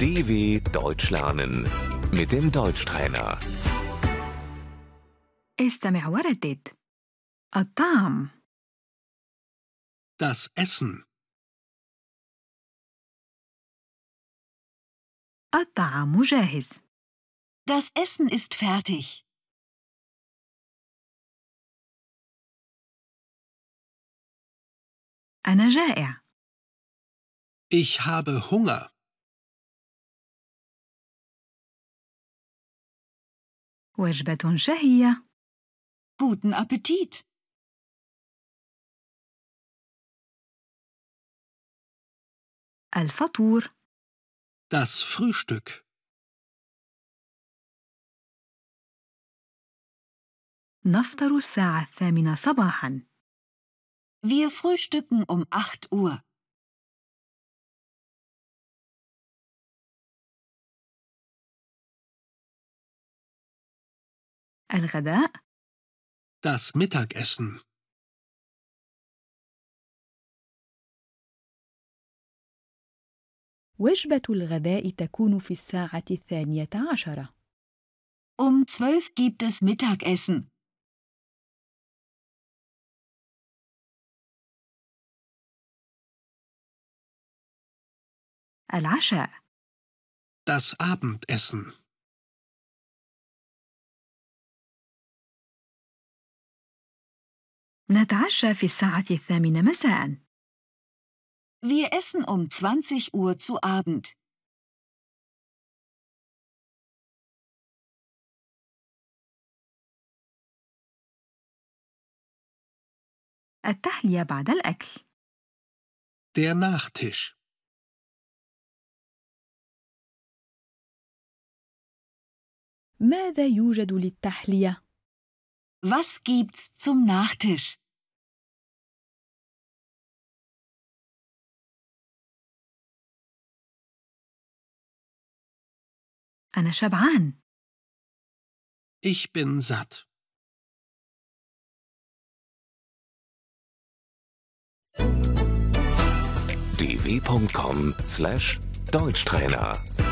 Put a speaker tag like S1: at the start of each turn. S1: DW Deutsch lernen mit dem Deutschtrainer.
S2: استمع وردد الطعم
S3: Das Essen.
S2: الطعام جاهز
S4: Das Essen ist fertig.
S2: أنا جائع
S3: Ich habe Hunger.
S2: وجبة شهية
S4: Guten Appetit.
S2: الفطور
S3: Das Frühstück.
S2: نفطر الساعة الثامنة صباحا
S4: Wir frühstücken um 8 Uhr.
S2: الغداء
S3: Das Mittagessen.
S5: وجبة الغداء تكون في الساعة الثانية عشرة.
S4: Um 12 gibt es Mittagessen.
S2: العشاء
S3: Das Abendessen.
S2: نتعشى في الساعة الثامنة مساء
S4: Wir essen um 20 Uhr zu Abend.
S2: التحلية بعد الأكل
S3: Der Nachtisch.
S5: ماذا يوجد للتحلية؟
S4: Was gibt's zum Nachtisch?
S2: أنا شبعان
S3: Ich bin satt.
S1: dw.com/deutschtrainer